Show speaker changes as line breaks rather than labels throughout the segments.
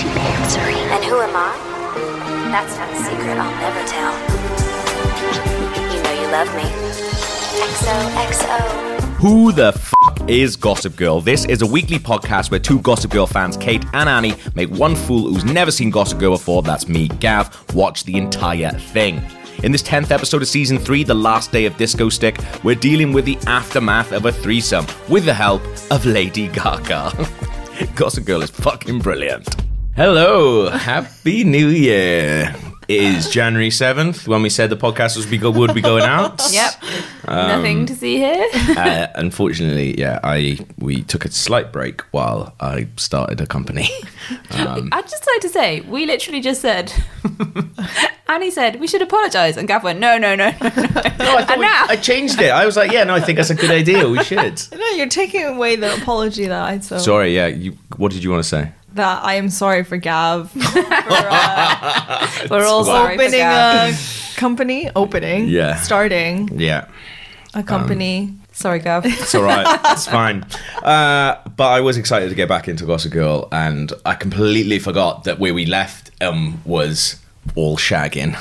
misery.
And who am I? That's not a secret I'll never tell. You know you love me. XOXO.
Who the f is Gossip Girl? This is a weekly podcast where two Gossip Girl fans, Kate and Annie, make one fool who's never seen Gossip Girl before, that's me, Gav, watch the entire thing. In this 10th episode of season 3, the last day of Disco Stick, we're dealing with the aftermath of a threesome with the help of Lady Gaga. Gossip Girl is fucking brilliant. Hello, happy new year. It is January 7th when we said the podcast was be go- would be going out.
Yep. Nothing to see here.
uh, unfortunately, yeah, I we took a slight break while I started a company.
I'd just like to say, we literally just said, Annie said, we should apologise. And Gav went, no, no, no, no, no. and now,
I changed it. I was like, yeah, no, I think that's a good idea. We should.
No, you're taking away the apology that I saw.
Sorry, yeah. You, what did you want to say?
that I am sorry for Gav for uh,
we're all sorry for
opening
Gav.
a company, opening,
Yeah. Um,
starting
Yeah,
a company.
Sorry, Gav.
it's all right. it's fine. Uh, but I was excited to get back into Gossip Girl, and I completely forgot that where we left um, was all shagging,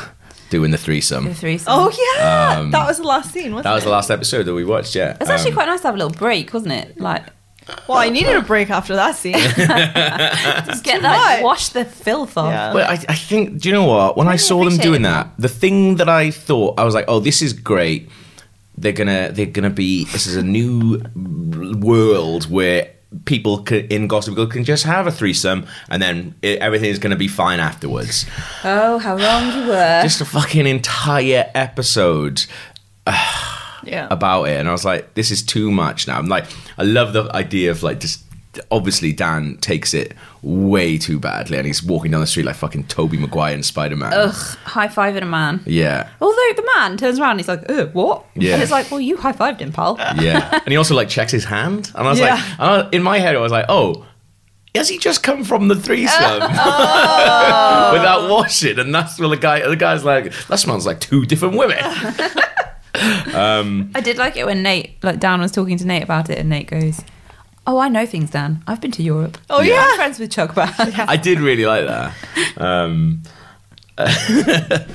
doing the threesome.
The threesome.
oh yeah, that was the last scene, wasn't
Um, That was
it?
the last episode that we watched. Yeah,
It's actually quite nice to have a little break, wasn't it? Like,
well, I needed a break after that scene.
just get that,
much.
wash the filth off.
Yeah.
But I, I think, do you know what? When I saw them
appreciate
doing
it.
that, the thing that I thought, I was like, oh, this is great. They're gonna, they're gonna be. This is a new world where people c in Gossip Girl can just have a threesome, and then i everything is gonna be fine afterwards.
Oh, how wrong you were.
Just a fucking entire episode
yeah,
about it, and I was like, this is too much now. I'm like, I love the idea of like just. Obviously, Dan takes it way too badly, and he's walking down the street like fucking Toby Maguire and Spider Man.
Ugh, high fiving a man.
Yeah,
Although the man turns around and he's like, Ugh, what?
Yeah.
And it's like, well, you high fived him, pal.
Yeah, and he also like checks his hand, and I was
Yeah.
like, and I- in my head, I was like, oh. Has he just come from the threesome without washing? And that's where the guy, the guy's like, that smells like two different women.
I did like it when Nate, like Dan was talking to Nate about it, and Nate goes, "Oh, I know things, Dan. I've been to Europe. Oh
yeah.
I'm friends with Chuck Bass.
I did really like that.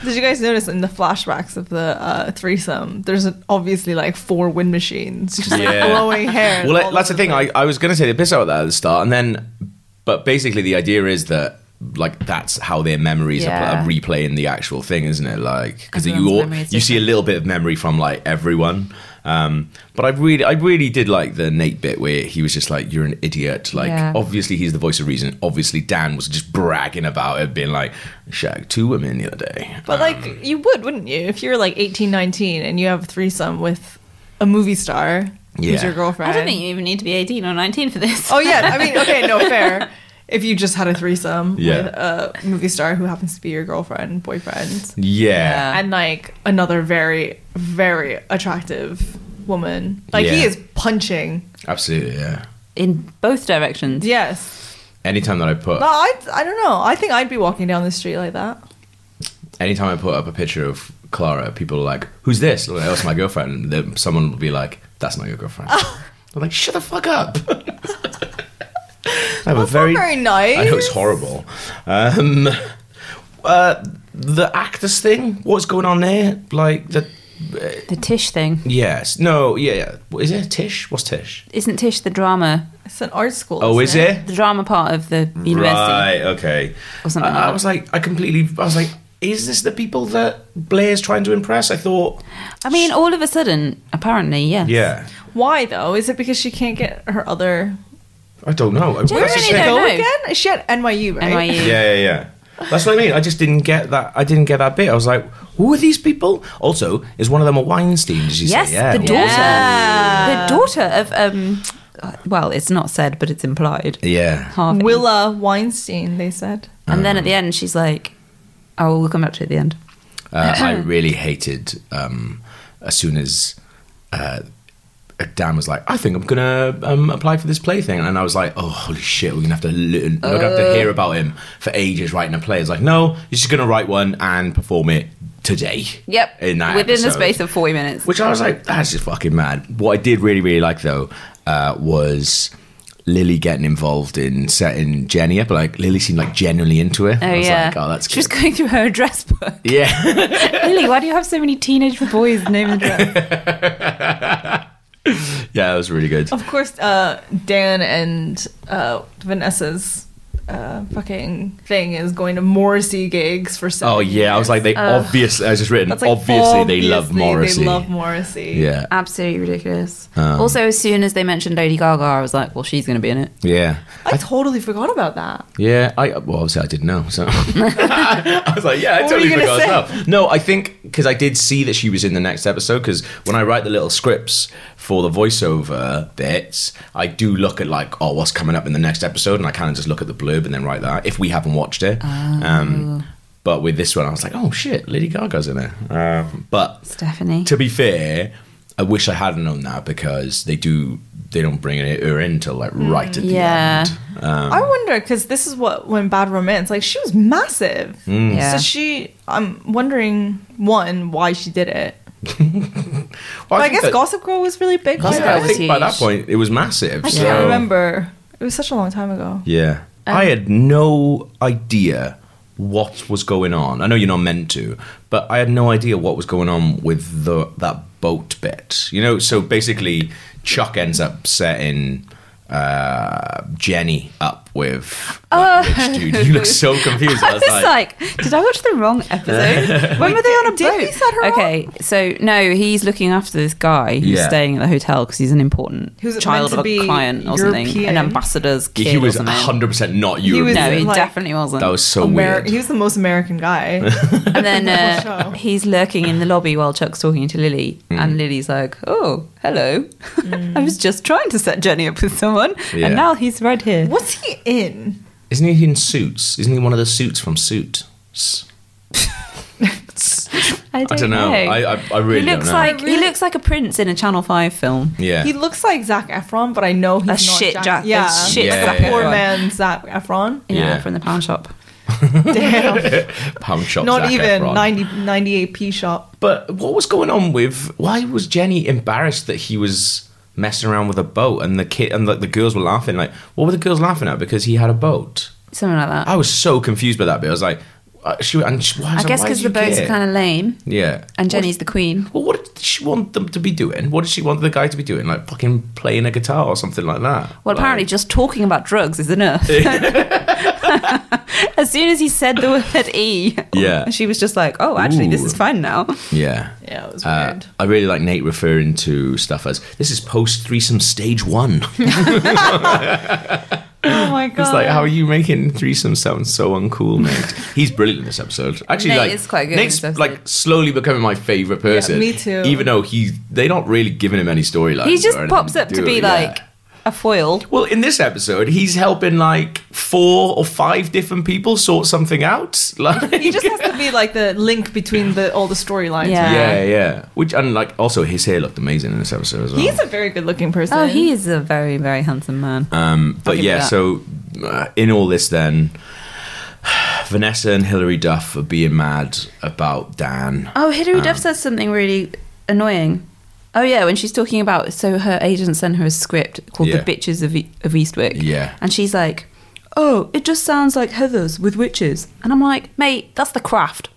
did you guys notice in the flashbacks of the uh, threesome? There's an, obviously like four wind machines, just
Yeah.
like blowing hair. and
Well,
all
that- that's the
over
thing.
place.
I, I was going to say they piss out at that at the start, and then, but basically the idea is that like that's how their memories are,
Yeah.
are replaying the actual thing, isn't it? Like because you
Everyone's
all,
memory is
you see a little bit of memory from like everyone. Um, but I really, I really did like the Nate bit where he was just like, "You're an idiot." Like,
Yeah.
obviously he's the voice of reason. Obviously Dan was just bragging about it, being like, "Shag two women the other day."
But like you would, wouldn't you? If you were like 18, 19 and you have a threesome with a movie star
Yeah.
who's your girlfriend.
I don't think you even need to be 18 or 19 for this.
Oh yeah, I mean, okay, no fair. If you just had a threesome
Yeah.
with a movie star who happens to be your girlfriend, boyfriend,
yeah.
and like another very, very attractive woman, like he
Yeah.
is punching.
absolutely, yeah.
in both directions.
Yes,
Anytime that I put
but I, I don't know. I think I'd be walking down the street like that.
anytime I put up a picture of Clara, people are like, "Who's this?" I'm like, "Oh, it's my girlfriend." And then someone will be like, "That's not your girlfriend."
Oh.
I'm like, "Shut the fuck up." I have a
That's very, not very nice.
I know it's horrible. Um, uh, the actors thing. What's going on there? Like the.
The Tish thing
Yes. No. Yeah. Yeah. What Is it Tish? What's Tish?
isn't Tish the drama,
It's an art school.
Oh, is
isn't
it?
the drama part of the university
Right. Okay.
or something.
I, I
like
was like, I completely. I was like, is this the people that Blair's trying to impress? I thought.
that. I mean, all of a sudden, apparently, yes.
Yeah.
Why though? Is it because she can't get her other
I don't know. That's
We
the
really
thing.
don't
go
know.
again? Is She at NYU, right?
NYU.
Yeah, yeah, yeah. That's what I mean. I just didn't get that. I didn't get that bit. I was like, who are these people? Also, is one of them a Weinstein? Did you
Yes,
say? Yeah.
the daughter,
Yeah.
the daughter of um, well, it's not said, but it's implied.
Yeah.
Harvey.
Willa Weinstein, they said.
and then at the end, she's like, "Oh, we'll come back to it at the end."
Uh, I really hated um, as soon as uh, Dan was like, I think I'm gonna um, apply for this play thing, and I was like, oh holy shit, we're gonna have to learn, we're gonna have
Uh.
to hear about him for ages writing a play. It's like, no, he's just gonna write one and perform it today.
Yep.
In that
Within the
episode.
space of 40 minutes.
Which I was like, that's just fucking mad. What I did really, really like though uh, was Lily getting involved in setting Jenny up. Like Lily seemed like genuinely into it.
Oh
I was
yeah.
like, oh, that's
she was
good.
going through her address book.
yeah.
Lily, why do you have so many teenage boys'
Uh,
name and address?
yeah, that was really good.
Of course, uh, Dan and uh, Vanessa's uh, fucking thing is going to Morrissey gigs for seven
Oh yeah, I was
years.
like they obviously. I was just written.
That's like
obviously, they love
obviously
Morrissey.
They love Morrissey.
yeah,
Absolutely ridiculous.
Um,
also, as soon as they mentioned Lady Gaga, I was like, well, she's going to be in it.
yeah,
I totally forgot about that.
yeah. I well, obviously, I didn't know. So I was like, yeah, I
What were
totally
you gonna
forgot.
say?
as well. No, I think because I did see that she was in the next episode. Because when I write the little scripts for the voiceover bits, I do look at like, oh, what's coming up in the next episode, and I kind of just look at the blurb and then write that if we haven't watched it.
Oh.
Um, but with this one, I was like, oh shit, Lady Gaga's in it. Um, but
Stephanie.
to be fair, I wish I hadn't known that because they do they don't bring it her in till like right at
yeah.
Um.
I wonder because this is what when Bad Romance like she was massive.
Mm.
Yeah.
So she, I'm wondering one why she did it.
the end. Well,
I,
think
guess
that-
Gossip Girl was really big.
yeah,
for
Girl
her.
I
was
think by that
huge.
point it was massive.
I
so,
can't remember. It was such a long time ago.
Yeah,
Um,
I had no idea what was going on. I know you're not meant to, but I had no idea what was going on with the that boat bit. You know, so basically Chuck ends up setting uh Jenny up with like, Rich dude. You look so confused. I was
It's
like
like, did I watch the wrong episode? when were they on a
did
boat?
he set her
okay, so no, he's looking after this guy who's
Yeah.
staying at the hotel because he's an important
Who's meant
child
to
of a
be
client or something,
European.
an ambassador's kid.
he was
or something.
100% not
was-
European.
No, he
like-
definitely wasn't.
that was so
Ameri-
weird.
he was the most American guy.
and then
show.
uh, he's lurking in the lobby while Chuck's talking to Lily,
Hmm.
and Lily's like, "Oh, hello. I
Hmm.
was just trying to set Jenny up with someone,
Yeah.
and now he's right here."
What's he in?
Isn't he in Suits? Isn't he one of the suits from Suits?
I
I don't know. I, I, I really
he
don't
looks
know.
like he
Really?
looks like a prince in a Channel Five film.
yeah.
He looks like Zach Efron, but I know he's
That's
not
shit,
Zac-
Jack.
Yeah,
That's shit,
Yeah,
Zac
yeah,
poor
yeah.
Efron.
man Zach Efron.
Yeah,
Yeah.
from the pound shop.
Damn,
Pound shop
not
Zac
even
Efron.
90, 98p shop.
But what was going on with? Why was Jenny embarrassed that he was messing around with a boat and the kid and like the girls were laughing? Like, what were the girls laughing at? Because he had a boat.
Something like that.
I was so confused by that bit. I was like, uh, she and she, why,
I guess because the boats are kind of lame,
of yeah.
and Jenny's the queen.
Well, what did she want them to be doing? What did she want the guy to be doing? Like fucking playing a guitar or something like that.
Well,
Like-
apparently, just talking about drugs is enough. as soon as he said the word E,
Yeah.
she was just like, "Oh, actually, this
Ooh.
is fine now."
Yeah.
Yeah, it was
Uh,
weird.
I really like Nate referring to stuff as this is post threesome stage one. it's
Oh my god!
like, how are you making threesome sound so uncool, Nate? He's brilliant in this episode. Actually,
Nate
like,
is quite good in
Nate's
this episode.
like slowly becoming my favorite person.
me too.
Even though he, they're not really giving him any storyline.
He just pops up to be like a foil.
Well, in this episode, he's helping like four or five different people sort something out. Like,
he just has to be like the link between the all the storylines.
Yeah.
yeah, yeah. Which and like also his hair looked amazing in this episode as well.
he's a very good-looking person.
Oh, he is a very, very handsome man.
But
give you
yeah,
that.
so uh, in all this, then Vanessa and Hilary Duff are being mad about Dan.
oh, Hilary
Um,
Duff says something really annoying. Oh yeah, when she's talking about so her agent sent her a script called
Yeah.
"The Bitches of, e- of Eastwick."
Yeah.
and she's like, "Oh, it just sounds like Heather's with witches," and I'm like, "Mate, that's the craft."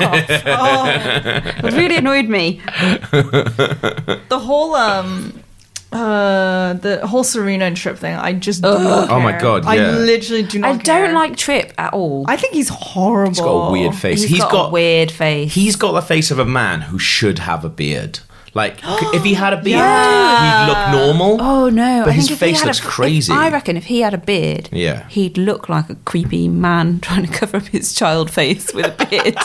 off. It really annoyed me.
the whole um uh the whole Serena and Trip thing. I just do not
Oh my
care.
God, yeah.
I literally do not.
I don't
care.
like Trip at all.
I think he's horrible.
He's got a weird face.
he's got, a weird face.
he's got the face of a man who should have a beard. Like if he had a beard, he'd look normal.
Oh no!
But
I
his
think if he
face
had
looks
a,
crazy.
if- I reckon if he had a beard,
Yeah.
he'd look like a creepy man trying to cover up his child face with a beard.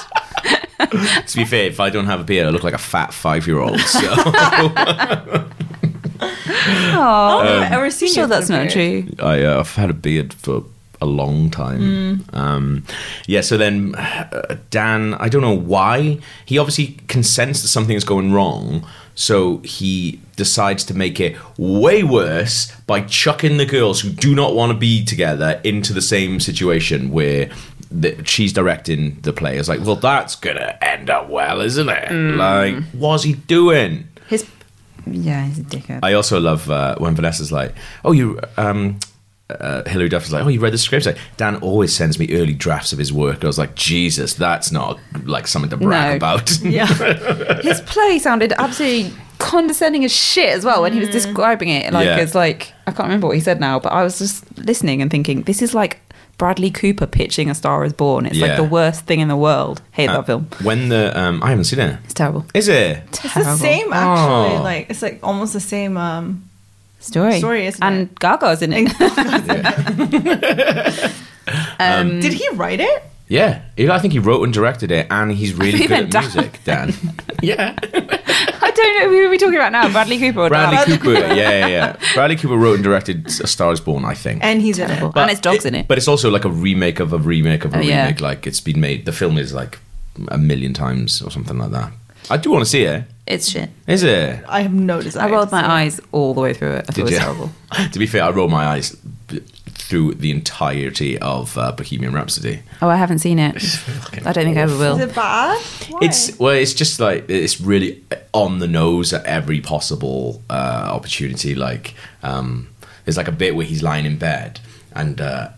To be fair, if I don't have a beard, I look like a fat five-year-old. So Um,
Oh,
I don't think I've ever seen
sure
you
that's
with a
not
beard.
true.
I, uh, I've had a beard for a long time. Um, yeah, so then uh, Dan, I don't know why. He obviously consents that something is going wrong, so he decides to make it way worse by chucking the girls who do not want to be together into the same situation where. The, she's directing the play. It's like, well, that's gonna end up well, isn't it? Like, what's he doing?
His yeah, he's a dickhead.
I also love uh, when Vanessa's like, "Oh, you, um, uh, Hillary Duff was like, "Oh, you read the script?" She's Like, Dan always sends me early drafts of his work. I was like, "Jesus, that's not like something to brag
No.
about."
Yeah. His play sounded absolutely condescending as shit as well when he was describing it. Like
Yeah.
it's like I can't remember what he said now, but I was just listening and thinking, this is like Bradley Cooper pitching A Star Is Born. It's
Yeah. Uh,
like the worst thing in the world. Hate that film.
When the um, I haven't seen it.
It's terrible.
Is it?
It's the
Terrible.
same, actually.
Oh.
Like it's like almost the same. Um,
story.
story, isn't
and Gaga's in it.
did he write it?
Yeah, He- I think he wrote and directed it, and he's really
thought you
good at
meant Dan.
music. Dan. yeah.
I don't know who are we talking about now, Bradley Cooper or
Bradley
Dan?
Cooper. Yeah, yeah, yeah. Bradley Cooper wrote and directed A Star Is Born. I think.
And he's in it.
and his dog's in it.
But it's also like a remake of a remake of a
Oh, yeah.
remake. Like it's been made. The film is like a million times or something like that. I do want to see it.
it's shit.
Is it?
I have no desire.
I rolled
to see
my eyes all the way through it. I thought it
Did
was
you?
terrible.
to be fair, I rolled my eyes b- through the entirety of uh, Bohemian Rhapsody.
Oh, I haven't seen it.
fucking
I don't think I ever
it.
will.
Is it bad? Why?
It's well, it's just like it's really on the nose at every possible uh, opportunity. Like um, there's like a bit where he's lying in bed and uh,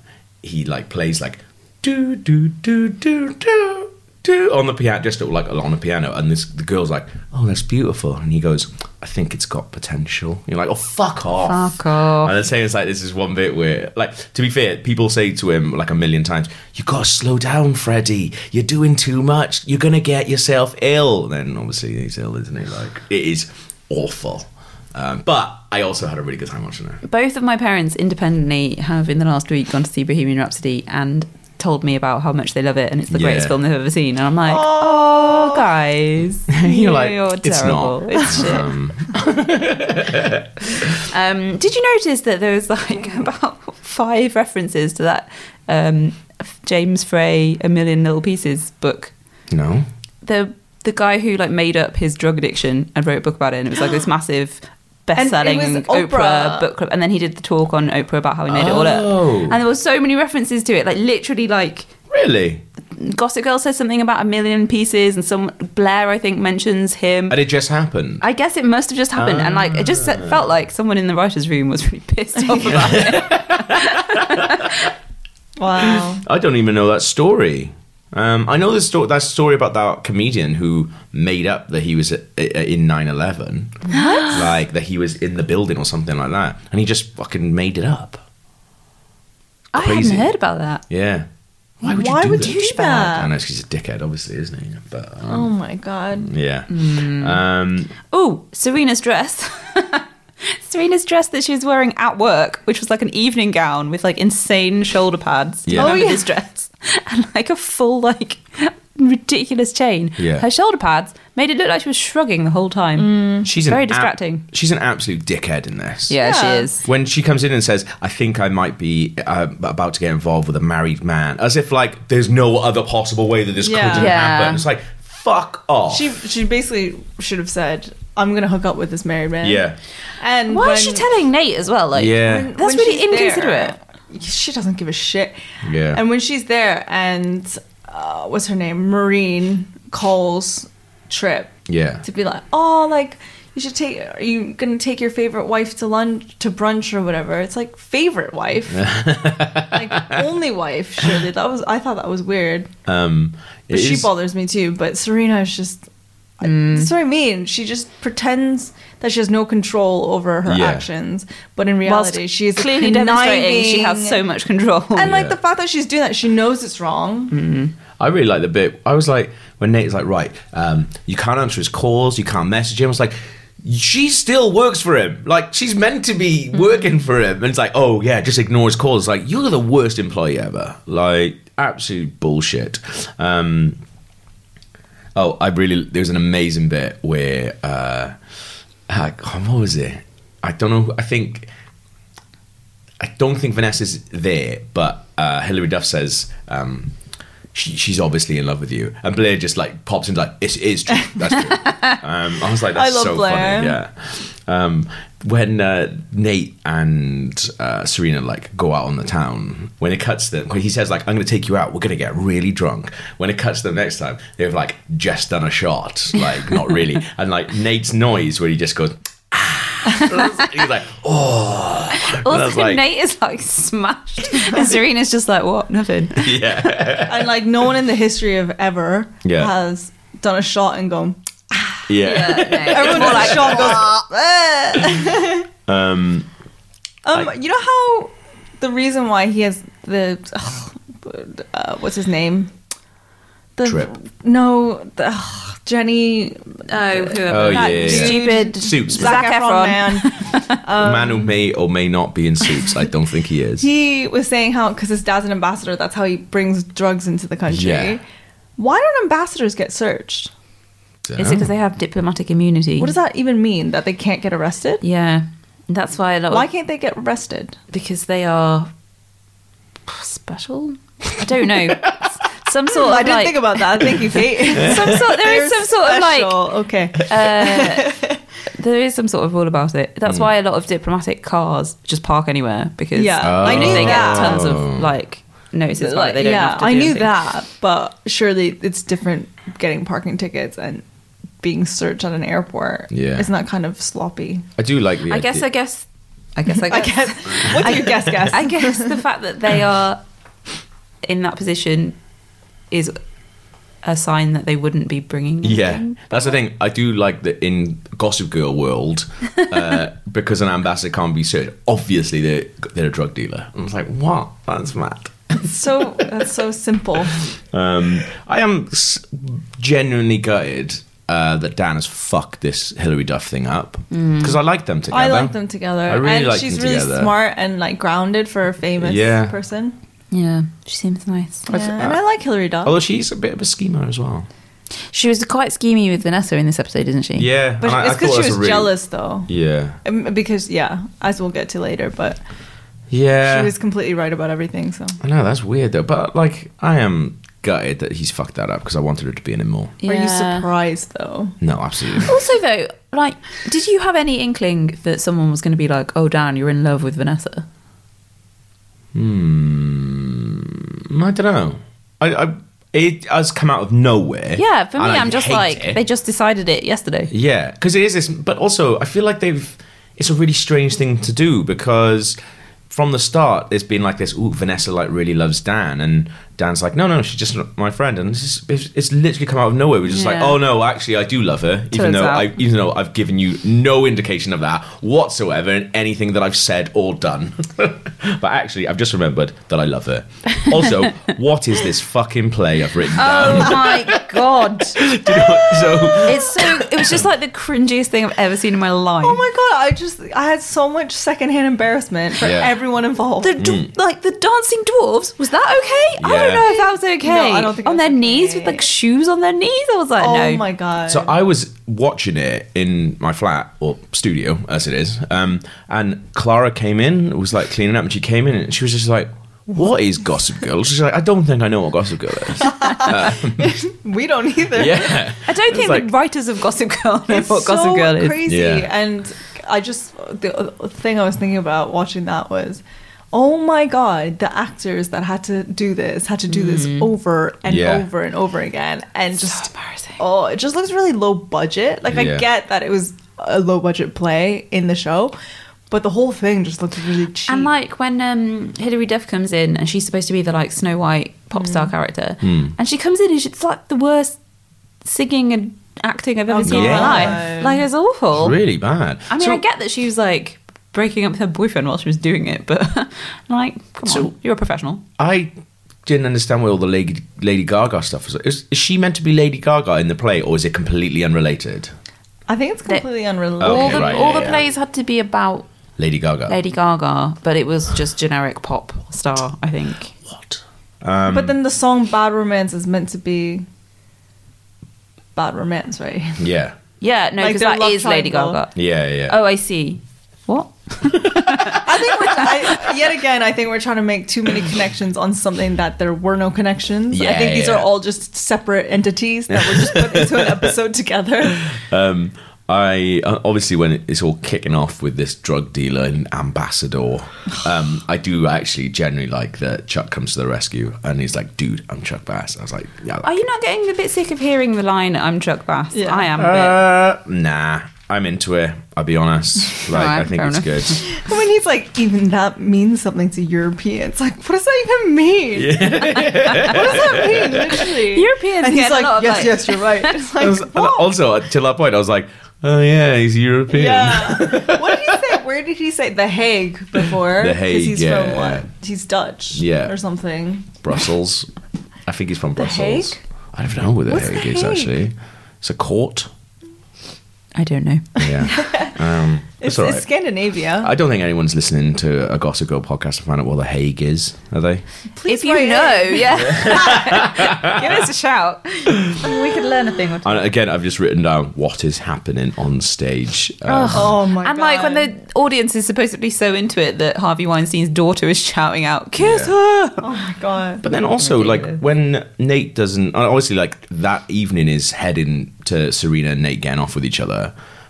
he like plays like do do do do do do on the piano, just like on the piano, and this the girl's like, oh, that's beautiful, and he goes. I think it's got potential. You're like, oh, fuck off.
Fuck off.
And the same as like, this is one bit where, like, to be fair, people say to him like a million times, "You gotta slow down, Freddie. You're doing too much. You're gonna get yourself ill." And then obviously he's ill, isn't he? Like, it is awful. Um, but I also had a really good time watching it.
Both of my parents independently have in the last week gone to see Bohemian Rhapsody and told me about how much they love it and it's the
Yeah.
greatest film they've ever seen. And I'm like, oh, guys.
You're like, "It's
terrible.
not."
It's shit. Um, did you notice that there was like about five references to that um, James Frey A Million Little Pieces book?
No,
the the guy who like made up his drug addiction and wrote a book about it and it was like this massive best-selling
And it was
Oprah.
Oprah.
book club and then he did the talk on Oprah about how he made it all
Oh.
up and there were so many references to it like literally like
really.
Gossip Girl says something about a million pieces and some Blair I think mentions him
And it just happened.
I guess it must have just happened and like it
Ah.
just se- felt like someone in the writer's room was really pissed off about it
Wow.
I don't even know that story. Um, I know the sto- that story about that comedian who made up that he was i i in 9 11. Like, that he was in the building or something like that. And he just fucking made it up.
I
Crazy.
hadn't heard about that
Yeah. Why would
Why
you do
would
that?
you do that?
I know, 'cause he's a dickhead, obviously, isn't he? But, um,
Oh Hmm. my god.
yeah. Um,
oh Serena's dress Serena's dress that she was wearing at work, which was like an evening gown with like insane shoulder pads. Do you
Yeah.
remember
Oh, yeah.
this dress? And like a full like ridiculous chain.
Yeah.
Her shoulder pads made it look like she was shrugging the whole time.
she's
Very
an ab-
distracting.
she's an absolute dickhead in this.
Mm. Yeah, she
Yeah.
is.
When she comes in and says, "I think I might be uh, about to get involved with a married man," as if like there's no other possible way that this
Yeah.
couldn't
Yeah.
happen. It's like fuck off.
She she basically should have said, "I'm gonna hook up with this married man."
yeah,
And
Why
when,
is she telling Nate as well? Like,
Yeah. When-
that's
when
really
she's there, uh,
inconsiderate.
she doesn't give a shit.
yeah.
And when she's there, and uh, what's her name? Marine calls Trip
yeah.
to be like, "Oh, like." You should take. Are you gonna take your favorite wife to lunch, to brunch, or whatever? It's like favorite wife, like only wife. Surely that was. I thought that was weird.
Um, it
But she
is- Mm.
bothers me too. But Serena is just. I- That's what I mean. She just pretends that she has no control over her
Yeah.
actions, but in
Whilst
reality, she is
clearly demonstrating she has so
conniving-
much control.
And
Yeah.
like
Mm.
the fact that she's doing that, she knows it's wrong.
I really like the bit. I was like, when Nate's like, right, um, you can't answer his calls, you can't message him. I was like, she still works for him. Like, she's meant to be working for him. And it's like, oh, yeah, just ignore his calls. Like, you're the worst employee ever. Like, absolute bullshit. Um, oh, I really, there was an amazing bit where, uh, uh, God, what was it? I don't know. I think I don't think Vanessa's there, but uh, Hilary Duff says um, she, she's obviously in love with you, and Blair just like pops in like it is true. That's true. um, I was like, that's
I love
so
Blair.
funny. Yeah. Um, when uh, Nate and uh, Serena like go out on the town, when it cuts them, when he says like, "I'm going to take you out. We're going to get really drunk." When it cuts them next time, they've like just done a shot, like not really, and like Nate's noise where he just goes. "Ah," He's like, oh. And I was
Also,
like,
Nate is like smashed, and Serena's just like, "What? Nothing."
yeah,
and like no one in the history of ever
Yeah.
has done a shot and gone.
yeah.
Everyone does a shot and goes. um, um, you know how the reason why he has the uh, what's his name? The
Drip.
No, the, ugh, Jenny.
Oh, whoever.
Oh, yeah,
that
yeah.
dude,
Stupid.
Suits man.
Zac,
Zac
Efron,
Efron.
man.
man who may or may not be in suits. I don't think he is.
um, He was saying how because his dad's an ambassador, that's how he brings drugs into the country.
Yeah.
Why don't ambassadors get searched?
Is
Oh.
it because they have diplomatic immunity?
What does that even mean? That they can't get arrested?
Yeah, that's why a lot.
Why
of,
can't they get arrested?
because they are special. I don't know. Some sort of
I didn't
like,
think about that. Thank you, Kate.
some sort. There is some sort of like uh,
okay.
There is some sort of rule about it. That's why a lot of diplomatic cars just park anywhere because
Yeah, I knew
they
that.
get tons of like notices. Like, they don't
yeah,
have to
I
do
knew
anything.
that, but surely it's different getting parking tickets and being searched at an airport.
Yeah.
isn't that kind of sloppy?
I do like the.
I guess. I
idea-
guess. I guess. I
I
guess.
guess. What's your guess? Guess.
I guess the fact that they are in that position is a sign that they wouldn't be bringing.
Yeah,
anything.
that's the thing. I do like that in Gossip Girl world, uh, because an ambassador can't be searched. Obviously, they're they're a drug dealer. I was like, what? That's mad.
so that's so simple.
Um, I am s- genuinely gutted uh, that Dan has fucked this Hillary Duff thing up because I like them together.
Mm. I like them together.
I really
and
like
she's
them
really
together.
smart and like grounded for a famous
Yeah.
person.
Yeah, she seems nice.
Yeah. and I like Hillary Duff.
Although she's a bit of a schemer as well.
She was quite schemy with Vanessa in this episode, isn't she?
Yeah,
but it's because she was jealous though.
Yeah,
Um, Because yeah, as we'll get to later, but
yeah.
she was completely right about everything. So
I know that's weird though, but like I am gutted that he's fucked that up because I wanted her to be in it more.
Yeah.
are you surprised though?
No, absolutely. not.
Also, though, like, did you have any inkling that someone was going to be like, "Oh, Dan, you're in love with Vanessa"?
Hmm, I don't know. I, I it has come out of nowhere.
Yeah, for me,
and I
I'm just
hate
like,
it.
they just decided it yesterday.
yeah, because it is this, but also I feel like they've. It's a really strange thing to do because from the start there's been like this. Ooh, Vanessa like really loves Dan, and Dan's like, no, no, she's just not my friend, and it's, just, it's, it's literally come out of nowhere. We're just like,
Yeah.
oh no, actually I do love her, even
Turns
though
out.
I even though I've given you no indication of that whatsoever in anything that I've said or done. but actually, I've just remembered that I love her. Also, what is this fucking play I've written down?
Oh my god!
Do you know what- so.
It's so. It was just like the cringiest thing I've ever seen in my life.
Oh my god! I just I had so much secondhand embarrassment for
Yeah.
everyone involved.
the d like the dancing dwarves was that okay? I
Mm. Yeah.
don't know if that was okay.
No, I don't think
on
that's
their knees
okay.
with like shoes on their knees. I was like,
oh
no.
my god!
So I was watching it in my flat or studio, as it is, um, and Clara came in, was like cleaning up, and she came in and she was just like, "What is Gossip Girl?" She's like, "I don't think I know what Gossip Girl is."
we don't either.
yeah,
I don't think
like-
the writers of Gossip Girl know
It's
what Gossip
so
Girl is.
crazy.
Yeah.
And I just the thing I was thinking about watching that was, oh my god, the actors that had to do this had to do this over and
Yeah.
over and over again, and just
Mm. embarrassing.
oh, it just looks really low budget. Like
Yeah.
I get that it was a low budget play in the show, but the whole thing just looked really cheap.
And like when um, Hilary Duff comes in and she's supposed to be the like Snow White pop
Mm.
star character,
Hmm.
and she comes in and she's like the worst singing and acting I've ever
Oh,
seen in my
God.
life. Like it's awful.
really bad.
I mean,
So-
I get that she was like breaking up with her boyfriend while she was doing it, but like, come
So-
on, you're a professional.
I didn't understand where all the Lady Lady Gaga stuff was. Is, is she meant to be Lady Gaga in the play, or is it completely unrelated?
I think it's completely unrelated.
Okay,
all the
right,
all
yeah,
the
yeah. Oh.
plays had to be about
Lady Gaga.
Lady Gaga, but it was just generic pop star, I think.
What?
but then the song "Bad Romance" is meant to be "Bad Romance," right?
Yeah,
Yeah, no,
Like
because
their
that
love
is Lady
triangle.
Gaga.
yeah, yeah.
Oh, I see. What?
I think we're I, yet again. I think we're trying to make too many connections on something that there were no connections. I
Yeah,
think these
yeah.
are all just separate entities that were just put into an episode together.
Um, I uh, obviously when it's all kicking off with this drug dealer and ambassador, um, I do actually generally like that Chuck comes to the rescue and he's like, "Dude, I'm Chuck Bass." I was like, "Yeah,
Are you not getting a bit sick of hearing the line "I'm Chuck Bass"?
Yeah.
I am. A bit.
uh, nah." I'm into it. I'll be honest. Like
Alright,
I think
fair
it's
enough.
good.
And when he's like, even that means something to Europeans. It's like, what does that even mean? what does that mean, literally?
Europeans
And he's
get a
like,
lot of,
yes,
like-
yes, you're right. It's
I
like,
was-
what?
also, uh, till that point, I was like, oh yeah, he's European.
yeah. what did he say? Where did he say The Hague before?
The
'Cause
Hague,
He's
yeah.
from what? He's Dutch.
Yeah.
Or something.
Brussels. I think he's from Brussels.
Hague?
I don't know where the
What's
Hague
The
is
Hague?
actually. It's a court.
I don't know.
Yeah. um, it's
It's,
all
it's
right.
Scandinavia.
I don't think anyone's listening to a Gossip Girl podcast to find out what the Hague is, are they?
Please
if you
write
know,
in.
yeah, give us a shout. We could learn a thing or two.
And again, I've just written down what is happening on stage. Um,
Oh my
and
god.
like when the audience is supposedly so into it that Harvey Weinstein's daughter is shouting out, "Kiss her!"
Oh my god.
But then also, like when Nate doesn't, and obviously, like that evening is heading to Serena and Nate getting off with each other.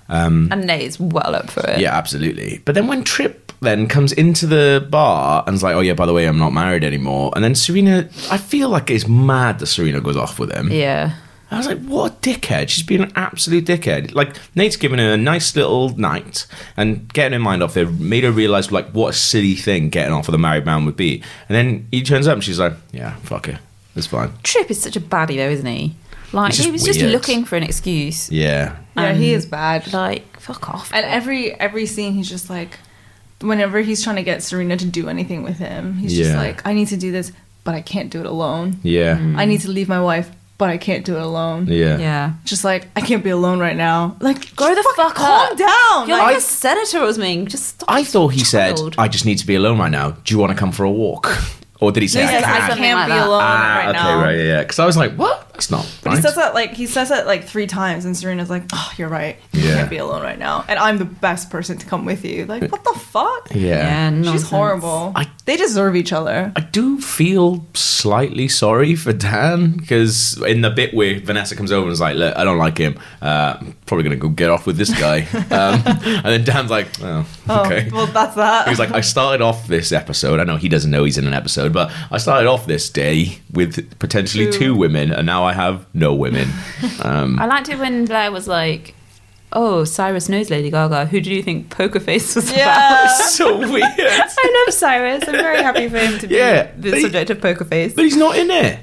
And Nate's well up for it.
Mm. Yeah, absolutely. But then when Trip then comes into the bar and's like, "Oh yeah, by the way, I'm not married anymore," and then Serena, I feel like it's mad that Serena goes off with him.
yeah.
I was like, "What a dickhead!" She's been an absolute dickhead. Like Nate's given her a nice little night and getting her mind off it, made her realize like what a silly thing getting off with a married man would be. And then he turns up and she's like, "Yeah, fuck it, it's fine."
Trip is such a baddie though, isn't he? Like
He's just
he was just
weird.
looking for an excuse.
Yeah,
Yeah, he is bad.
Like fuck off.
And every every scene, he's just like, whenever he's trying to get Serena to do anything with him, he's just
Yeah.
like, I need to do this, but I can't do it alone.
yeah,
I need to leave my wife, but I can't do it alone.
yeah,
yeah.
Just like I can't be alone right now. Like
Grow the
fucking
fuck
calm
up.
down.
You're
Like,
like a senator or something. Just stop.
I thought he said,
Child.
"I just need to be alone right now. Do you want to come for a walk?" Or did he say,
he says,
"I
I
can't"?
something
can't
like
be
that.
alone
Ah,
right
okay,
now.
right, yeah, yeah. Because I was like, "What? That's not
He
right."
says that like he says that like three times, and Serena's like, "Oh, you're right. You
Yeah.
can't be alone right now." And I'm the best person to come with you. Like, what the fuck?
yeah.
nonsense.
She's horrible.
I-
they deserve each other.
I do feel slightly sorry for Dan because in the bit where Vanessa comes over and is like, "Look, I don't like him. Uh, I'm probably gonna go get off with this guy," um, and then Dan's like, "Oh, okay."
Oh, well, that's that.
He was like, I started off this episode. I know he doesn't know he's in an episode, but I started off this day with potentially
Two.
two women, and now I have no women. Mm.
I liked it when Blair was like, "Oh, Cyrus knows Lady Gaga. Who do you think Poker Face was about?"
yeah.
so weird.
I love Cyrus. I'm very happy for him to be
Yeah,
the
but he-
subject of Poker Face.
But he's not in it.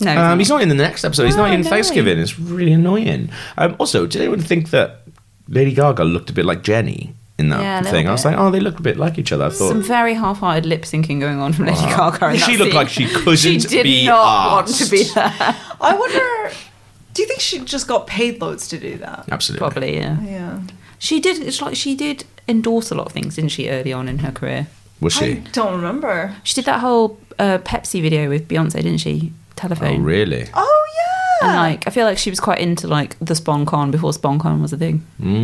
no, he's
Um,
not.
he's not in the next episode. He's not
Oh,
in
no.
Thanksgiving. It's really annoying. Um, also, did anyone think that Lady Gaga looked a bit like Jenny in that
Yeah, a little
thing? I was
bit.
like, oh, they look a bit like each other. I thought.
some very half-hearted lip syncing going on from Lady Gaga. In that
she looked
scene.
like she couldn't
She did
be
not want
asked.
to be there.
I wonder. Do you think she just got paid loads to do that?
Absolutely.
Probably, yeah.
Yeah.
She did. It's like she did endorse a lot of things, didn't she? Early on in her career,
Was she? Oh,
I don't remember.
she did that whole uh, Pepsi video with Beyonce, didn't she?
Oh,
Telephone.
really?
Oh yeah.
And like, I feel like she was quite into like the SponCon before SponCon was a thing.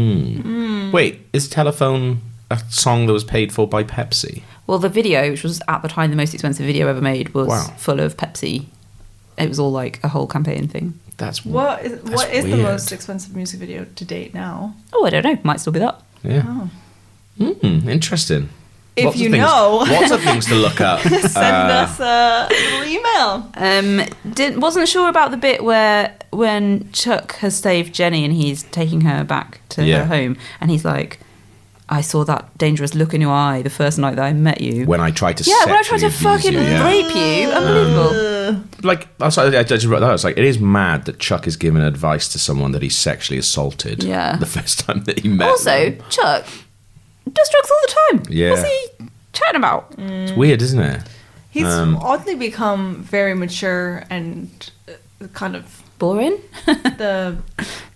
Mm.
Wait, is Telephone a song that was paid for by Pepsi?
Well, the video, which was at the time the most expensive video ever made, was
Wow.
full of Pepsi. It was all like a whole campaign thing.
That's
what is
that's
what is the
weird.
most expensive music video to date now?
Oh, I don't know. Might still be that.
Yeah.
Oh.
Mm, interesting.
If
Lots of
you
things-
know.
lots of things to look uh, up.
Send us a little email.
Um, didn't wasn't sure about the bit where when Chuck has saved Jenny and he's taking her back to
Yeah.
her home, and he's like, "I saw that dangerous look in your eye the first night that I met you."
when I tried to
yeah, when I
sexually
tried to
abuse
fucking
you, yeah.
rape you, unbelievable.
like that's what I, I just wrote that. I was like, it is mad that Chuck is giving advice to someone that he sexually assaulted.
Yeah.
the first time that he met.
also,
them.
Chuck does drugs all the time.
Yeah.
what's he chatting about?
it's weird, isn't it?
He's
Um,
oddly become very mature and uh, kind of
Boring.
the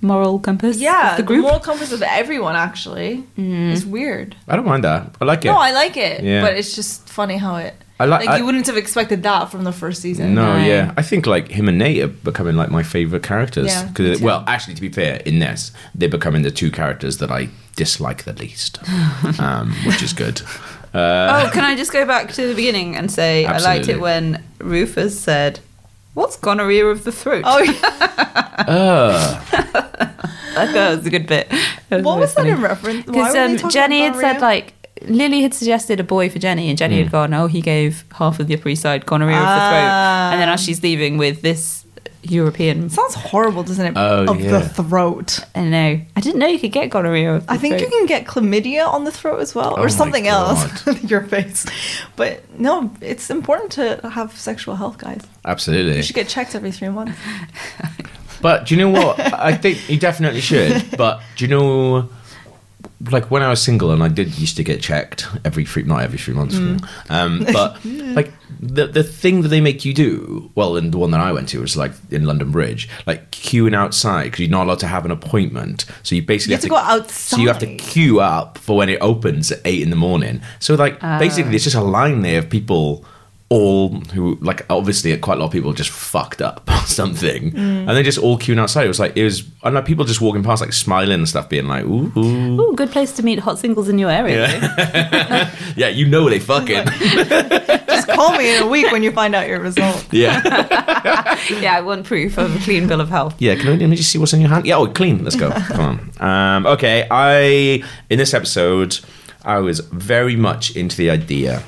Moral compass.
yeah
of the group.
moral compass of everyone. Actually, it's weird.
I don't mind that. I like it.
No, I like it,
Mm-hmm. Yeah.
but it's just funny how it.
I li-
like
I-
you wouldn't have expected that from the first season.
no,
No.
yeah, I think like him and Nate are becoming like my favorite characters.
Yeah,
'Cause-
me too.
well, actually, to be fair, in this, they're becoming the two characters that I dislike the least, um, which is good.
Oh, can I just go back to the beginning and say I liked
Absolutely.
it when Rufus said, "What's gonorrhea of the throat?"
Oh,
Uh,
I thought that was a good bit.
what was that in reference? Why
Because
were they
um,
talking
Jenny had
about
said
Maria? Mm.
like Lily had suggested a boy for Jenny, and Jenny had gone, "Oh, he gave half of the Upper East Side gonorrhea of the throat."
Ah.
And then as she's leaving with this European.
Sounds horrible, doesn't it?
Oh,
of
yeah.
the throat.
I don't know. I didn't know you could get gonorrhea. Of the
I think you
throat.
can get chlamydia on the throat as well,
Oh my
or something else on your face. But no, it's important to have sexual health, guys.
Absolutely.
You should get checked every three months.
But do you know what? I think you definitely should. But do you know, like when I was single and I did used to get checked every three, not every three months,
Mm.
um, but like the the thing that they make you do, well, and the one that I went to was like in London Bridge, like queuing outside because you're not allowed to have an appointment. So you basically
You have to go
So you have to
outside.
queue up for when it opens at eight in the morning. So like basically, there's just a line there of people. All who like obviously quite a lot of people just fucked up or something, and they just all queuing outside. It was like it was, and like people just walking past, like smiling and stuff, being like, "Ooh, ooh."
Ooh, good place to meet hot singles in your area.
yeah, you know they fucking,
Just call me in a week when you find out your result.
yeah,
yeah, I want proof of a clean bill of health.
yeah." Can I, let me just see what's in your hand? Yeah, oh, clean. Let's go. Come on. Um, okay, I in this episode, I was very much into the idea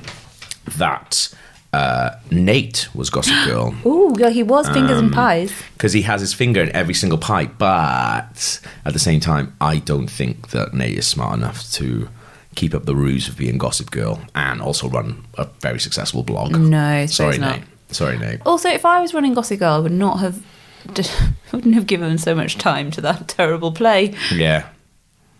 that uh, Nate was Gossip Girl.
Ooh, yeah, he was fingers and pies.
because he has his finger in every single pie. But at the same time, I don't think that Nate is smart enough to keep up the ruse of being Gossip Girl and also run a very successful blog.
No, I suppose
sorry,
not.
Nate. Sorry, Nate.
Also, if I was running Gossip Girl, I would not have. I wouldn't have given so much time to that terrible play,
Yeah.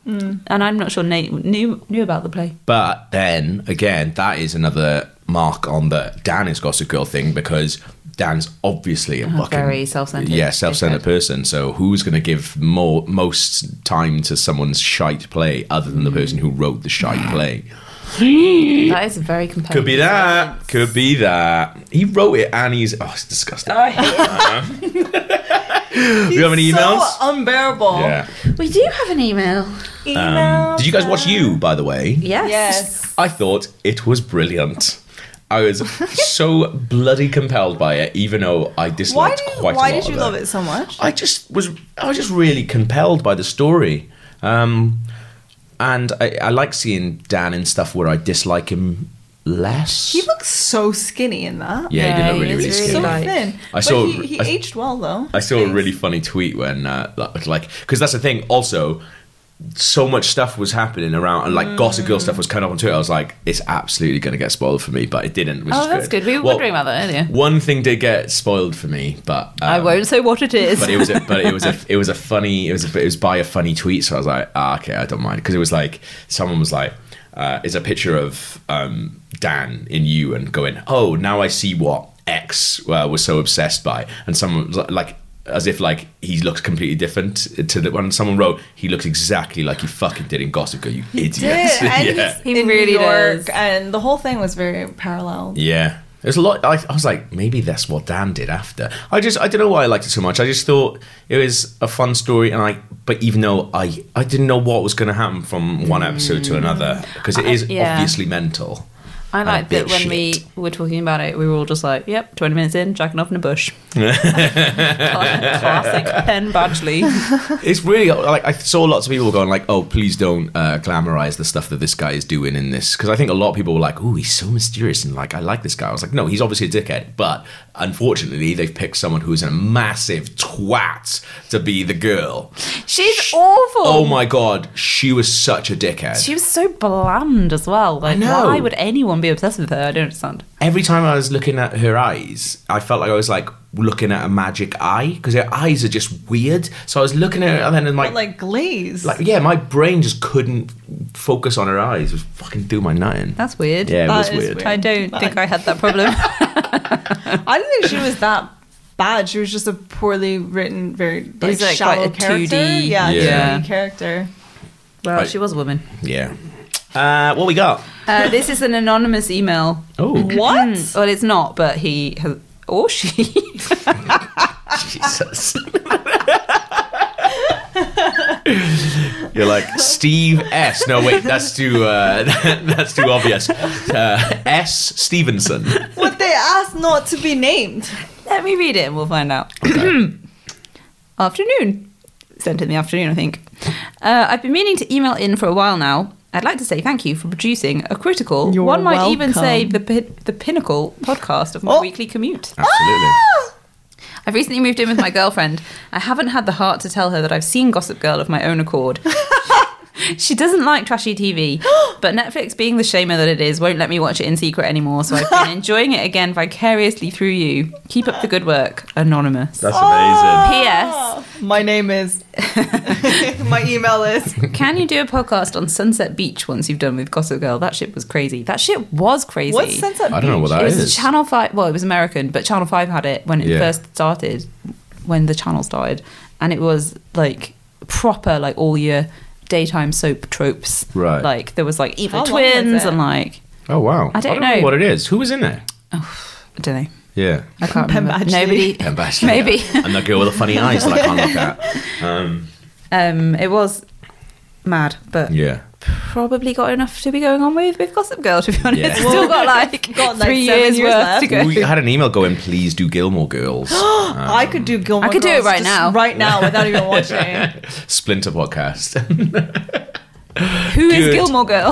and I'm not sure Nate knew knew about the play.
But then again, that is another mark on the Dan is Gossip Girl thing because Dan's obviously a fucking
Uh-huh, very self-centered,
yeah, self-centered
dickhead.
person. So who's going to give more most time to someone's shite play other than the
Mm.
person who wrote the shite play?
That is very compelling.
Could be that. Could be that. He wrote it and he's. Oh, it's disgusting. Do you have any emails?
So unbearable.
yeah. Um,
We do have an email.
Email.
Did you guys watch You, by the way?
Yes.
Yes.
I thought it was brilliant. I was so bloody compelled by it, even though I
Why
disliked
do you,
quite
Why
a lot
did you
of
love it so much?
I just was. I was just really compelled by the story. Um, and I, I like seeing Dan in stuff where I dislike him less.
He looks so skinny in that.
yeah, he did
Yeah,
look
he
really,
is
really skinny.
really
So
Like-
thin.
I saw-
But he, he
I-
aged well though.
I saw a
Thanks.
really funny tweet when uh, that was like because that's the thing. Also, so much stuff was happening around, and like
Mm.
Gossip Girl stuff was kind of on Twitter. I was like, it's absolutely going to get spoiled for me, but it didn't. Which
Oh,
is
that's good. We were
Well,
wondering about that earlier.
One thing did get spoiled for me, but um,
I won't say what it is.
But it was, a, but it was a, it was a funny, it was, a, it was by a funny tweet. So I was like, ah, okay, I don't mind because it was like someone was like, uh, it's a picture of um, Dan in you and going, oh, now I see what X uh, was so obsessed by, and someone was like. As if like he looks completely different to the when someone wrote he looks exactly like he fucking did in Gossip Girl, you idiot.
did, and
yeah,
he's
He
in
really
New York,
does.
and the whole thing was very parallel.
Yeah. There's a lot. I, I was like, maybe that's what Dan did after. I just, I don't know why I liked it so much. I just thought it was a fun story, and I, but even though I, I didn't know what was going to happen from one episode to another because it
I-
is
yeah.
obviously mental.
I
and a
liked that
bit
when
shit.
we were talking about it, we were all just like, "Yep, twenty minutes in, jacking off in a bush." Classic Penn Badgley.
It's really like I saw lots of people going like, "Oh, please don't uh, glamorize the stuff that this guy is doing in this," because I think a lot of people were like, "Oh, he's so mysterious," and like, "I like this guy." I was like, "No, he's obviously a dickhead," but unfortunately, they've picked someone who is a massive twat to be the girl.
She's awful.
Oh my god, she was such a dickhead.
She was so bland as well. Like,
know.
why would anyone be obsessed with her? I don't understand.
Every time I was looking at her eyes, I felt like I was like looking at a magic eye because her eyes are just weird. So I was looking at her and then my
But like glaze.
like yeah, my brain just couldn't focus on her eyes. It was fucking do my nutting.
That's weird.
Yeah, it
That
was
is
weird.
weird.
I don't think I had that problem.
I didn't think she was that bad. She was just a poorly written, very like,
was, like,
shallow
quite a
character.
2D.
Yeah,
Yeah.
2D character.
well,
Right.
she was a woman.
Yeah. Uh, what we got?
Uh, this is an anonymous email.
Oh,
What?
Hmm. Well, it's not, but he has, or she.
Jesus. You're like Steve S. No, wait, that's too uh, that's too obvious. Uh, S. Stevenson.
But they asked not to be named.
Let me read it and we'll find out. afternoon. Sent in the afternoon, I think. Uh, I've been meaning to email in for a while now. I'd like to say thank you for producing a critical,
You're
one might even
welcome.
say the pin- the pinnacle podcast of my
Oh.
weekly commute.
Ah!
Absolutely.
I've I've recently moved in with my girlfriend. I haven't had the heart to tell her that I've seen Gossip Girl of my own accord. she doesn't like trashy TV, but Netflix, being the shamer that it is, won't let me watch it in secret anymore. So I've been enjoying it again vicariously through you. Keep up the good work, Anonymous.
That's amazing.
P.S.
Oh. My name is. My email is.
Can you do a podcast on Sunset Beach once you've done with Gossip Girl? That shit was crazy. That shit was crazy.
What's Sunset
I don't know what that
it was
is.
Channel Five. Well, it was American, but Channel Five had it when it
Yeah.
first started, when the channel started, and it was like proper, like all your daytime soap tropes.
Right.
Like there was like evil
How long was
twins
it?
and like
oh wow!
I don't know.
what it is. Who was in there?
I don't know.
Yeah.
I can't
Pem
remember.
Badgley.
Nobody.
Pam Bashley.
Maybe.
And that girl with the funny eyes that I can't look at.
Um, it was mad, but
Yeah.
probably got enough to be going on with with Gossip Girl. To be honest,
Yeah.
still got like
Got, like,
three
seven
years,
years
worth
left.
to go.
We had an email going, please do Gilmore Girls.
I could do Gilmore
I could do it
Girls
right
just
now.
Right now without even watching.
Splinter podcast.
Who is
Good.
Gilmore Girl?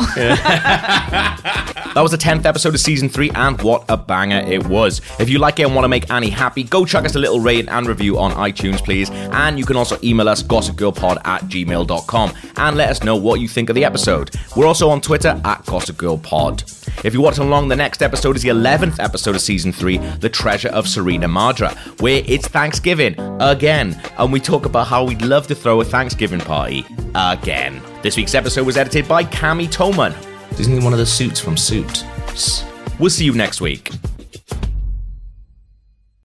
That was the 10th episode of season 3, and what a banger it was. If you like it and want to make Annie happy, go chuck us a little rating and review on iTunes, please. And you can also email us gossipgirlpod at gmail.com and let us know what you think of the episode. We're also on Twitter at gossipgirlpod. If you watch along, the next episode is the 11th episode of season 3, The Treasure of Serena Madra, where it's Thanksgiving again, and we talk about how we'd love to throw a Thanksgiving party again. This week's episode was edited by Cami Toman. Isn't he one of the suits from Suits? We'll see you next week.